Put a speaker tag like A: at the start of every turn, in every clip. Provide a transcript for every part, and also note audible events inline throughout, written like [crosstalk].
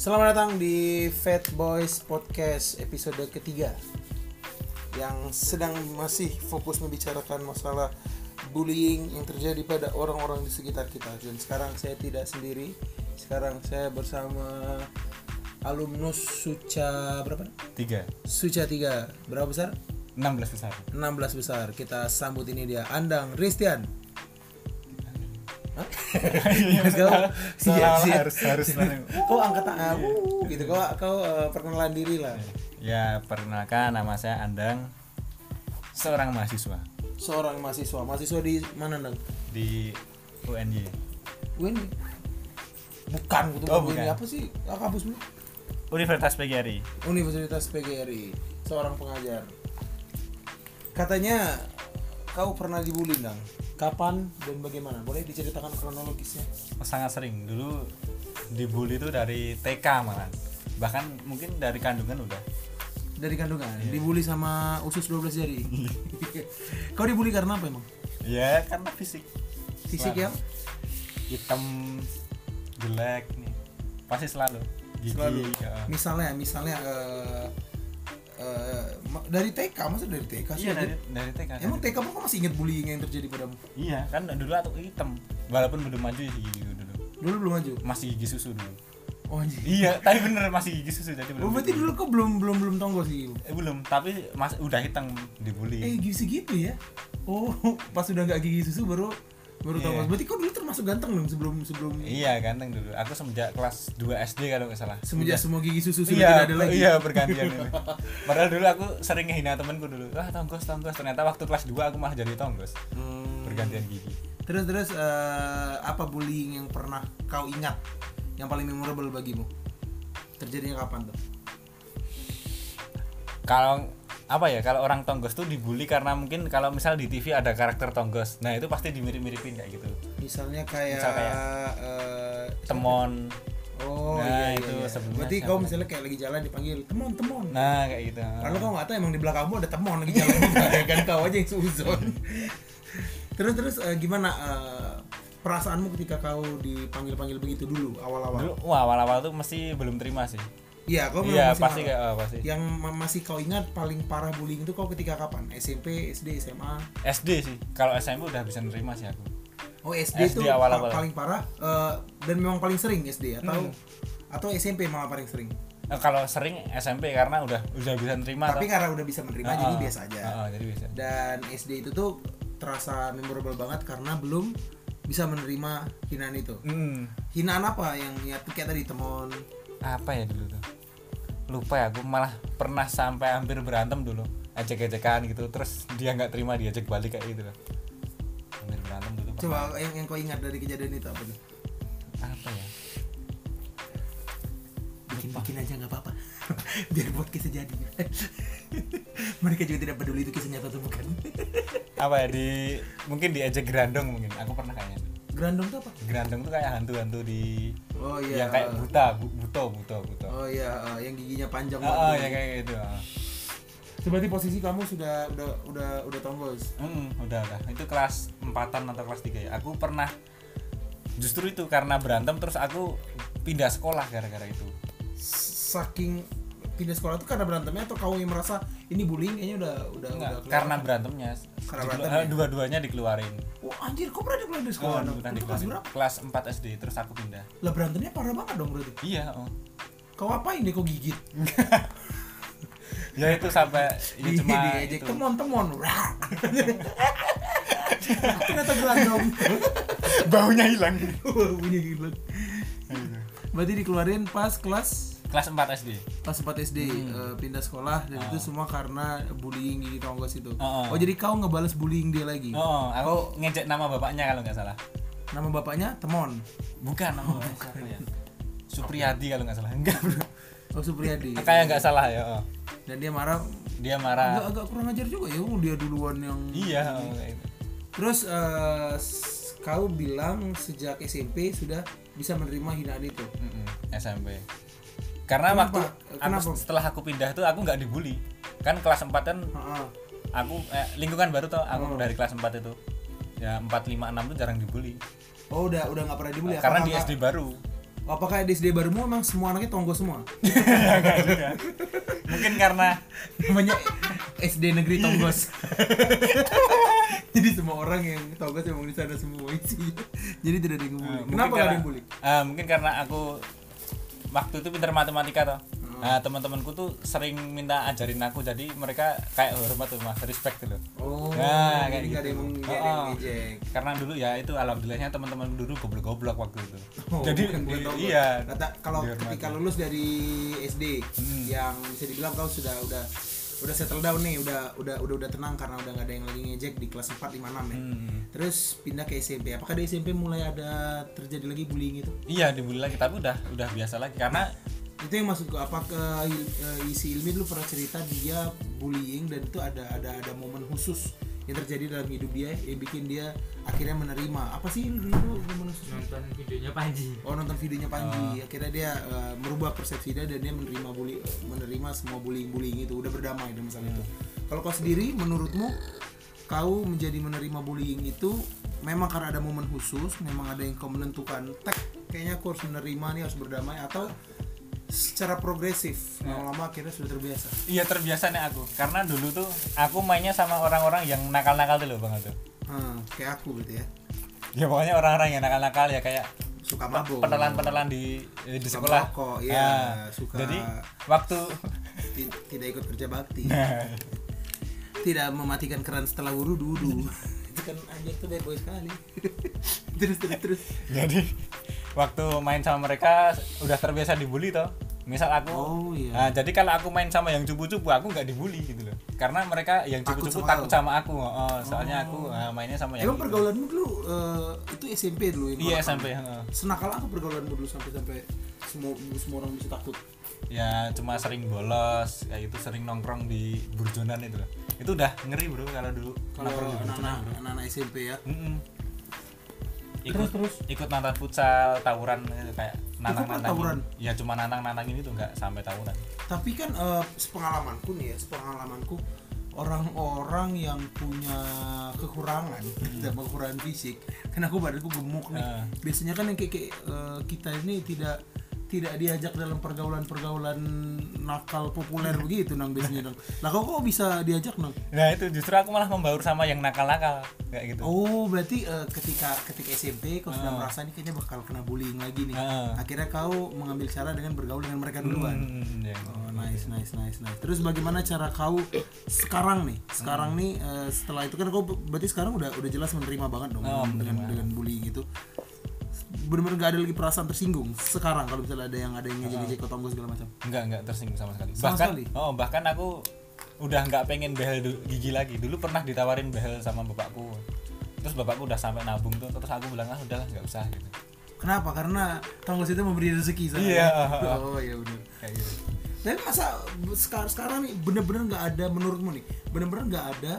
A: Selamat datang di Fat Boys Podcast episode ketiga yang sedang masih fokus membicarakan masalah bullying yang terjadi pada orang-orang di sekitar kita. Dan sekarang saya tidak sendiri. Sekarang saya bersama alumnus Suca berapa?
B: tiga
A: Suca 3. Berapa besar?
B: 16 [laughs] besar
A: 16 besar. Kita sambut ini dia Andang Ristian. Hah? [laughs] Segala-
B: Salah,
A: Sia-sia.
B: Iya, harus harus
A: kau angkat tangan wuh, gitu kau kau eh, perkenalan diri lah
B: ya perkenalkan nama saya Andang seorang mahasiswa
A: seorang mahasiswa mahasiswa di mana nang
B: di UNY
A: Win bukan gitu
B: Oh,
A: Win.
B: bukan.
A: apa sih Ah, kampus lu
B: Universitas PGRI
A: Universitas PGRI seorang pengajar katanya kau pernah dibully nang kapan dan bagaimana boleh diceritakan kronologisnya
B: Oh, sangat sering dulu dibully itu dari TK malah bahkan mungkin dari kandungan udah
A: dari kandungan
B: Iya.
A: dibully sama usus 12 jari
B: [laughs]
A: kau dibully karena apa emang
B: ya karena fisik
A: fisik ya
B: Selalu. hitam jelek nih pasti selalu gigi
A: Selalu.
B: ya.
A: misalnya misalnya eh, eh, ma- dari TK masa dari TK sih
B: iya dari dari TK
A: emang
B: dari-
A: TK pun kok masih ingat bullying yang terjadi padamu
B: iya kan dulu aku hitam walaupun belum maju ya gigi dulu
A: dulu belum maju
B: masih gigi susu dulu
A: oh anjir
B: iya [laughs] tapi bener masih gigi susu jadi
A: oh,
B: belum
A: berarti dulu kok belum belum belum tonggol sih gitu
B: eh, belum tapi mas udah hitam
A: eh
B: dibully
A: gigi segitu ya oh [laughs] pas udah nggak gigi susu baru baru
B: Iya.
A: tonggol berarti kau dulu termasuk ganteng dong sebelum sebelum
B: iya ganteng dulu aku semenjak kelas 2 SD kalau nggak salah
A: semenjak semua gigi susu sudah
B: Udah- iya,
A: tidak ada lagi
B: iya bergantian
A: [laughs]
B: ini padahal dulu aku sering ngehina temenku dulu wah tonggos tonggos ternyata waktu kelas 2 aku malah jadi tonggos
A: Hmm.
B: bergantian gigi
A: terus terus eh, apa bullying yang pernah kau ingat yang paling memorable bagimu terjadinya kapan tuh
B: kalau apa ya kalau orang tonggos tuh dibully karena mungkin kalau misal di TV ada karakter tonggos nah itu pasti dimirip-miripin kayak gitu
A: misalnya kayak,
B: Misal kayak,
A: eh,
B: temon
A: oh
B: Nah,
A: iya, iya,
B: itu
A: iya.
B: sebelumnya
A: berarti
B: siapa
A: kau
B: lagi?
A: misalnya kayak lagi jalan dipanggil temon temon
B: nah kayak gitu
A: Kalau kau nggak tahu emang di belakangmu ada temon lagi jalan juga kan kau aja yang suzon. terus terus eh, gimana eh, perasaanmu ketika kau dipanggil-panggil begitu dulu awal-awal?
B: dulu wah awal-awal tuh mesti belum terima sih
A: Iya, kau belum
B: iya
A: masih
B: pasti
A: marah.
B: kayak oh, pasti
A: Yang ma- masih kau ingat paling parah bullying itu kau ketika kapan? SMP, SD, SMA?
B: SD sih kalau SMP udah bisa nerima sih aku
A: Oh SD, itu
B: SD awal-awal. Hmm.
A: pa- paling parah eh, dan memang paling sering SD atau atau SMP malah paling sering.
B: Eh, kalau sering SMP karena udah udah bisa nerima
A: Tapi
B: tau.
A: karena udah bisa menerima
B: Ah,
A: jadi
B: ah.
A: biasa aja.
B: Ah, ah, jadi biasa
A: dan SD itu tuh terasa memorable banget karena belum bisa menerima hinaan itu
B: Hmm,
A: hinaan apa yang ya kayak tadi temon
B: apa ya dulu tuh lupa ya aku malah pernah sampai hampir berantem dulu ejek-ejekan gitu terus dia nggak terima diajak balik kayak gitu loh hampir berantem dulu pernah.
A: coba yang yang kau ingat dari kejadian itu apa tuh
B: apa ya
A: bikin bikin aja nggak apa-apa [laughs] biar buat kisah jadi [laughs] mereka juga tidak peduli itu kisah nyata atau bukan [laughs]
B: apa ya di mungkin diajak gerandong mungkin aku pernah kayaknya
A: grandong tuh apa
B: gerandong tuh kayak hantu-hantu di
A: oh iya
B: yang kayak buta bu- buto buto buto
A: oh iya eh, yang giginya panjang
B: Ah, ah, ya
A: banget
B: kayak gitu ah.
A: seperti posisi kamu sudah udah udah udah tonggos
B: Mm, udah udah itu kelas empatan atau kelas 3 ya aku pernah justru itu karena berantem terus aku pindah sekolah gara-gara itu
A: Oh, saking pindah sekolah tuh karena berantemnya atau kau yang merasa ini bullying kayaknya udah udah udah
B: Enggak,
A: kelewat?
B: karena berantemnya
A: Karena
B: Dikelu-
A: berantem ya?
B: eh, dua-duanya dikeluarin
A: Wah anjir, kok pernah dikeluarin dari sekolah?
B: Oh,
A: dong?
B: dua-duanya
A: Itu kelas
B: dikeluarin.
A: berapa?
B: kelas 4 SD terus aku pindah
A: Lah berantemnya parah banget dong berarti.
B: iya
A: [laughs]
B: oh.
A: Kau apain deh kau gigit?
B: ya itu sampai ini cuma
A: Iya, diejek
B: itu.
A: temon-temon. Wah. Ternyata berandong.
B: [laughs] baunya hilang
A: Bunyi gila. Berarti dikeluarin pas kelas
B: kelas 4 SD
A: pas 4 SD
B: Hmm.
A: eh, pindah sekolah dan itu semua karena bullying gigit tonggos itu.
B: Ah, ah.
A: Oh jadi kau ngebales bullying dia lagi.
B: oh aku ngejek nama bapaknya kalau nggak salah
A: Nama bapaknya Temon.
B: bukan nama bapaknya siapa ya Supriyadi kalau nggak salah enggak bro
A: Oh Supriyadi.
B: kayak nggak salah ya oh.
A: Dan dia marah
B: dia marah
A: agak agak kurang ajar juga ya dia duluan yang
B: Iya, oh, kayak gitu.
A: Terus eh, s- kau bilang sejak SMP sudah bisa menerima hinaan itu.
B: Mm-mm, SMP. Karena
A: Kenapa?
B: waktu
A: Kenapa?
B: aku setelah aku pindah tuh aku nggak dibully. Kan kelas 4 kan
A: Heeh.
B: aku eh, lingkungan baru tuh aku dari kelas 4 itu. Ya 4 5 6 tuh jarang dibully.
A: Oh udah udah nggak pernah dibully. ya?
B: Karena
A: Apa
B: di
A: kakak-
B: SD baru.
A: Apakah di SD barumu emang semua anaknya tonggo
B: [laughs]
A: semua?
B: Nggak juga. mungkin karena
A: Namanya SD negeri tonggos. [laughs] Jadi semua orang yang tonggos emang di sana semua isinya. Jadi tidak ada yang
B: eh,
A: bully.
B: mungkin
A: Kenapa nggak ada
B: karena-
A: yang bully?
B: eh, mungkin karena aku waktu itu pintar matematika toh
A: Hmm.
B: Nah, teman-temanku tuh sering minta ajarin aku jadi mereka kayak hormat tuh mas respect tuh loh
A: Oh,
B: Nah, kayak
A: jadi nggak ada yang
B: gitu.
A: nggak ada yang
B: Oh.
A: ngejek.
B: karena dulu ya itu alhamdulillahnya teman-teman dulu goblok-goblok waktu itu
A: Oh,
B: jadi
A: bukan buat
B: i-
A: tonggos.
B: iya
A: Kata kalau
B: Dihormati.
A: ketika lulus dari SD
B: Hmm.
A: yang bisa dibilang kau sudah udah udah settle down nih, udah udah udah udah tenang karena udah nggak ada yang lagi ngejek di kelas 4 5 6 ya.
B: Hmm.
A: Terus pindah ke SMP. Apakah di SMP mulai ada terjadi lagi bullying itu?
B: iya dibully lagi tapi udah udah biasa lagi karena
A: Itu yang maksudku apakah il- eh, isi ilmi dulu pernah cerita dia bullying dan itu ada ada ada momen khusus yang terjadi dalam hidup dia yang bikin dia akhirnya menerima. Apa sih dulu momen khusus?
C: nonton videonya Panji
A: Oh nonton videonya Panji, akhirnya dia eh, merubah persepsi dia dan dia menerima bully, menerima semua bullying-bullying itu, udah berdamai dengan masalah itu. Kalau kau sendiri, menurutmu kau menjadi menerima bullying itu memang karena ada momen khusus, memang ada yang kau menentukan, tek, kayaknya aku harus menerima nih harus berdamai atau secara progresif lama-lama akhirnya sudah terbiasa.
B: iya terbiasa nih aku karena dulu tuh aku mainnya sama orang-orang yang nakal-nakal tuh loh bang Aldo
A: Hmm, kayak aku gitu ya,
B: ya pokoknya orang-orang yang nakal-nakal ya kayak
A: suka mabok,
B: penelan-penelan di eh, di
A: Suka
B: sekolah
A: merokok, iya,
B: Ah,
A: suka-
B: jadi waktu [laughs]
A: ti- tidak ikut kerja [laughs] bakti. tidak mematikan keran setelah wuru [laughs] dulu itu kan anjing tuh bad boy [laughs] sekali terus terus terus
B: jadi waktu main sama mereka udah terbiasa dibully toh misal aku
A: oh iya
B: Nah, jadi kalau aku main sama yang cupu-cupu aku nggak dibully gitu loh. Karena mereka yang
A: Takut
B: cupu-cupu
A: sama
B: takut
A: kamu.
B: sama aku. Oh, soalnya aku ah, mainnya sama yang
A: emang
B: gitu.
A: pergaulanmu dulu eh, itu SMP dulu yang
B: Iya
A: orang-
B: sampai heeh.
A: senakal apa pergaulanmu dulu sampai sampai semua semua orang bisa takut
B: ya cuma sering bolos kayak itu sering nongkrong di burjonan itu loh. Itu udah ngeri bro kalau dulu
A: kalau
B: nongkrong di burjonan.
A: anak-anak anak-anak SMP ya
B: Mm-mm. Ikut,
A: Terus, terus?
B: ikut nonton futsal, tawuran gitu, kayak nanang-nanang.
A: tawuran?
B: Ya cuma nanang-nanang ini tuh nggak sampai tawuran.
A: tapi kan eh, sepengalamanku nih ya sepengalamanku orang-orang yang punya kekurangan tidak kekurangan fisik kan aku badanku gemuk nih
B: Hmm. Ah.
A: biasanya kan yang kayak kayak, eh, kita ini tidak tidak diajak dalam pergaulan-pergaulan nakal populer
B: Hmm.
A: begitu nang biasanya nang lah kok kok bisa diajak nang
B: Nah itu justru aku malah membaur sama yang nakal-nakal kayak gitu.
A: oh berarti eh, ketika ketika SMP kau sudah merasa ini kayaknya bakal kena bullying lagi nih
B: Ah.
A: akhirnya kau mengambil cara dengan bergaul dengan mereka duluan
B: Mm, ya.
A: Oh, nice, nice, nice, nice. Terus bagaimana cara kau sekarang nih?
B: Hmm.
A: Sekarang nih eh, setelah itu kan kau be- berarti sekarang udah udah jelas menerima banget dong
B: Oh,
A: dengan dengan bullying itu. Bener-bener gak ada lagi perasaan tersinggung sekarang kalau misalnya ada yang ada yang ngejek-ngejek
B: Ah.
A: kau tonggol segala macam.
B: Enggak, enggak tersinggung sama sekali.
A: Sama
B: bahkan
A: sekali?
B: oh, bahkan aku udah nggak pengen behel du- gigi lagi. Dulu pernah ditawarin behel sama bapakku. Terus bapakku udah sampai nabung tuh, terus aku bilang ah udahlah nggak usah gitu.
A: Kenapa? Karena tonggol itu memberi rezeki. soalnya.
B: Iya.
A: Oh iya benar.
B: Kayak gitu.
A: Tapi masa sekarang sekarang nih bener-bener nggak ada menurutmu nih bener-bener nggak ada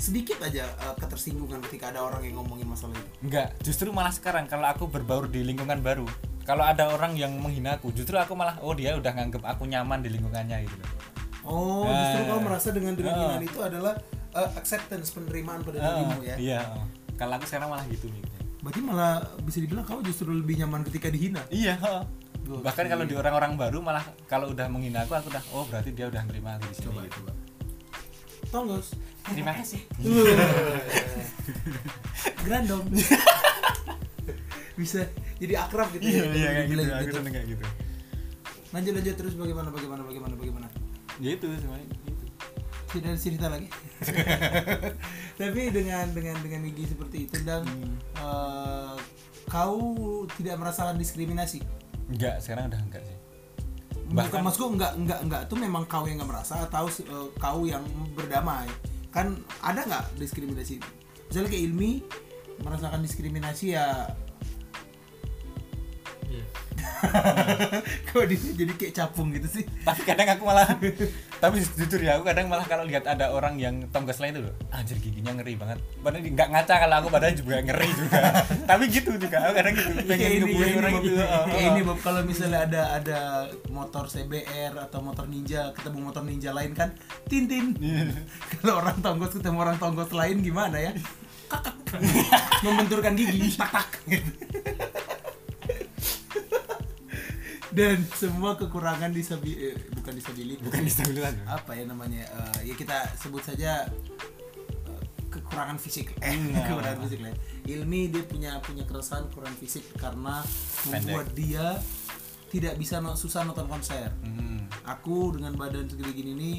A: sedikit aja eh, ketersinggungan ketika ada orang yang ngomongin masalah itu.
B: Enggak, justru malah sekarang kalau aku berbaur di lingkungan baru, kalau ada orang yang menghina aku, justru aku malah oh dia udah nganggep aku nyaman di lingkungannya gitu loh.
A: Oh,
B: Eh.
A: justru kau merasa dengan dengan
B: Ah.
A: itu adalah uh, acceptance penerimaan pada dirimu ya.
B: Iya. oh. Kalau aku sekarang malah gitu nih.
A: Berarti malah bisa dibilang kau justru lebih nyaman ketika dihina.
B: Iya. oh.
A: Gokil.
B: Bahkan kalau di orang-orang baru malah kalau udah menghina aku, aku udah oh berarti dia udah nerima aku di sini. gitu. [laughs]
A: Tonggos.
B: Terima kasih.
A: Grandom. [laughs] bisa jadi akrab gitu
B: iya
A: ya.
B: iya kayak gitu
A: Dibilang
B: aku seneng kayak gitu
A: Lanjut lanjut terus bagaimana bagaimana bagaimana bagaimana.
B: ya itu semuanya gitu
A: Tidak ada cerita
B: [laughs]
A: lagi. Tapi dengan dengan dengan gigi seperti itu dan
B: Hmm.
A: eh, kau tidak merasakan diskriminasi.
B: enggak sekarang udah enggak sih
A: Bukan maksudku enggak enggak enggak tuh memang kau yang enggak merasa atau eh, kau yang berdamai. Kan ada enggak diskriminasi? Misalnya kayak Ilmi merasakan diskriminasi ya [laughs]
C: iya
A: kau dia jadi kayak capung gitu sih.
B: tapi kadang aku malah tapi jujur ya aku kadang malah kalau lihat ada orang yang tonggos lain itu loh anjir giginya ngeri banget padahal nggak ngaca kalau aku padahal juga ngeri
A: [laughs]
B: juga tapi gitu juga aku kadang gitu pengen
A: Kayak Iya, ini,
B: ngebully
A: kayak
B: orang
A: ini,
B: gitu oh, oh,
A: Kayak
B: oh.
A: ini Bob kalau misalnya ada ada motor CBR atau motor Ninja ketemu motor Ninja lain kan tintin.
B: Iya.
A: kalau orang tonggos ketemu orang tonggos lain gimana ya? Kakak. Membenturkan gigi tak tak gitu. dan semua kekurangan disabi eh, bukan disabilitas
B: bukan disabilitas Bro.
A: apa ya namanya eh, ya kita sebut saja eh, kekurangan fisik [laughs] eh
B: Iya.
A: kekurangan fisik lah ilmi dia punya punya keresahan kekurangan fisik karena membuat dia tidak bisa no- susah nonton konser
B: Hmm.
A: aku dengan badan segini gini ini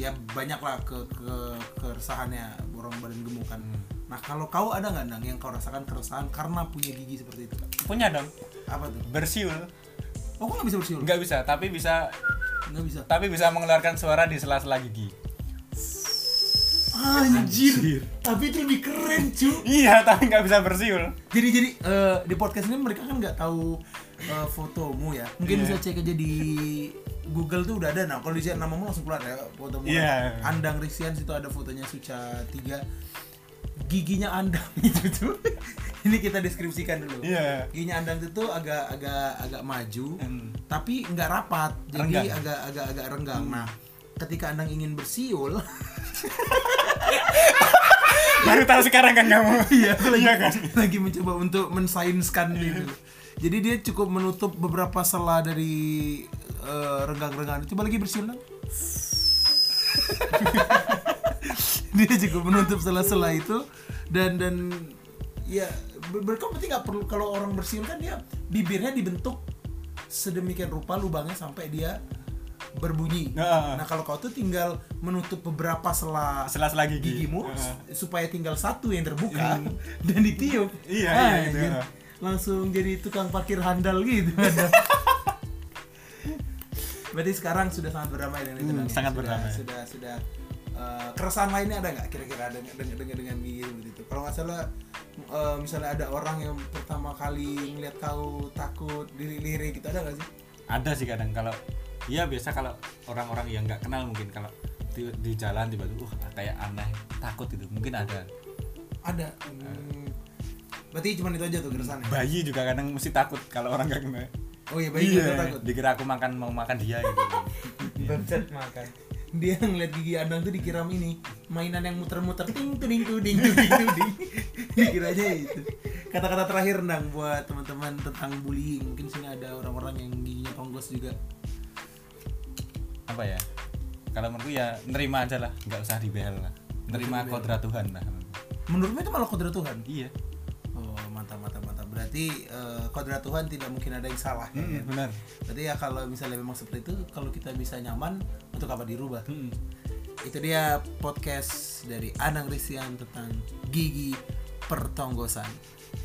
A: ya banyaklah ke, ke keresahannya orang badan gemukan nah kalau kau ada nggak nang yang kau rasakan keresahan karena punya gigi seperti itu
B: punya dong
A: apa tuh
B: bersiul
A: oh kok nggak bisa bersiul
B: nggak bisa tapi bisa
A: nggak bisa
B: tapi bisa mengeluarkan suara di sela-sela gigi
A: anjir. tapi itu lebih keren cu
B: iya tapi nggak bisa bersiul
A: jadi jadi eh, di podcast ini mereka kan nggak tahu eh, fotomu ya mungkin
B: Iya.
A: bisa cek aja di Google tuh udah ada nah kalau dicek namamu langsung keluar ya fotomu
B: Iya.
A: Andang Ristian situ ada fotonya Suca 3 giginya Andang [laughs] itu tuh ini kita deskripsikan dulu
B: iya
A: giginya Andang itu tuh agak agak agak maju
B: Hmm.
A: tapi nggak rapat jadi
B: Renggang. Hmm.
A: agak agak agak renggang nah ketika Andang ingin bersiul [laughs]
B: baru tahu sekarang kan kamu
A: iya aku lagi,
B: Iya kan?
A: [laughs] lagi mencoba untuk mensainskan itu jadi dia cukup menutup beberapa sela dari eh, renggang-renggang coba lagi bersihin Lang. [laughs] dia cukup menutup sela-sela itu dan dan ya ber- berkompeti nggak perlu kalau orang bersihin kan dia bibirnya dibentuk sedemikian rupa lubangnya sampai dia berbunyi.
B: Nah.
A: Nah kalau kau tuh tinggal menutup beberapa sela
B: sela-sela gigi
A: gigimu
B: Heeh.
A: supaya tinggal satu yang terbuka [laughs] dan ditiup.
B: Iya,
A: Ah,
B: iya, gitu.
A: anjir. Langsung jadi tukang parkir handal gitu.
B: [laughs]
A: Berarti sekarang sudah sangat berdamai dengan itu.
B: Hmm,
A: Nang, ya?
B: sangat
A: Sudah-
B: berdamai.
A: Sudah sudah eh, keresahan lainnya ada nggak kira-kira dengan dengan dengan, dengan gigi seperti itu? Kalau nggak salah eh, misalnya ada orang yang pertama kali ngeliat kau takut dilirik gitu ada nggak sih?
B: ada sih kadang kalau iya biasa kalau orang-orang yang nggak kenal mungkin kalau di, di jalan tiba-tiba uh kayak aneh takut gitu mungkin ada
A: Ada. Hmm. Berarti cuma itu aja tuh keresahannya.
B: bayi juga kadang mesti takut kalau orang nggak kenal
A: Oh iya baik
B: Iya,
A: takut.
B: dikira aku makan mau makan dia gitu
C: Bangsat makan.
A: dia ngeliat gigi Adang tuh dikira ini mainan yang muter-muter ting tuding tuding tuding [laughs] tuding dikira aja itu kata-kata terakhir Nang buat teman-teman tentang bullying mungkin sini ada orang-orang yang giginya tonggos juga
B: apa ya kalau menurutku ya nerima aja lah nggak usah dibel lah nerima kodrat Tuhan lah
A: menurutmu itu malah kodrat Tuhan
B: iya
A: oh mantap mantap mantap berarti eh, kodrat Tuhan tidak mungkin ada yang salah ya kan?
B: benar
A: berarti ya kalau misalnya memang seperti itu kalau kita bisa nyaman untuk apa dirubah itu dia podcast dari Anang Ristian tentang gigi pertonggosan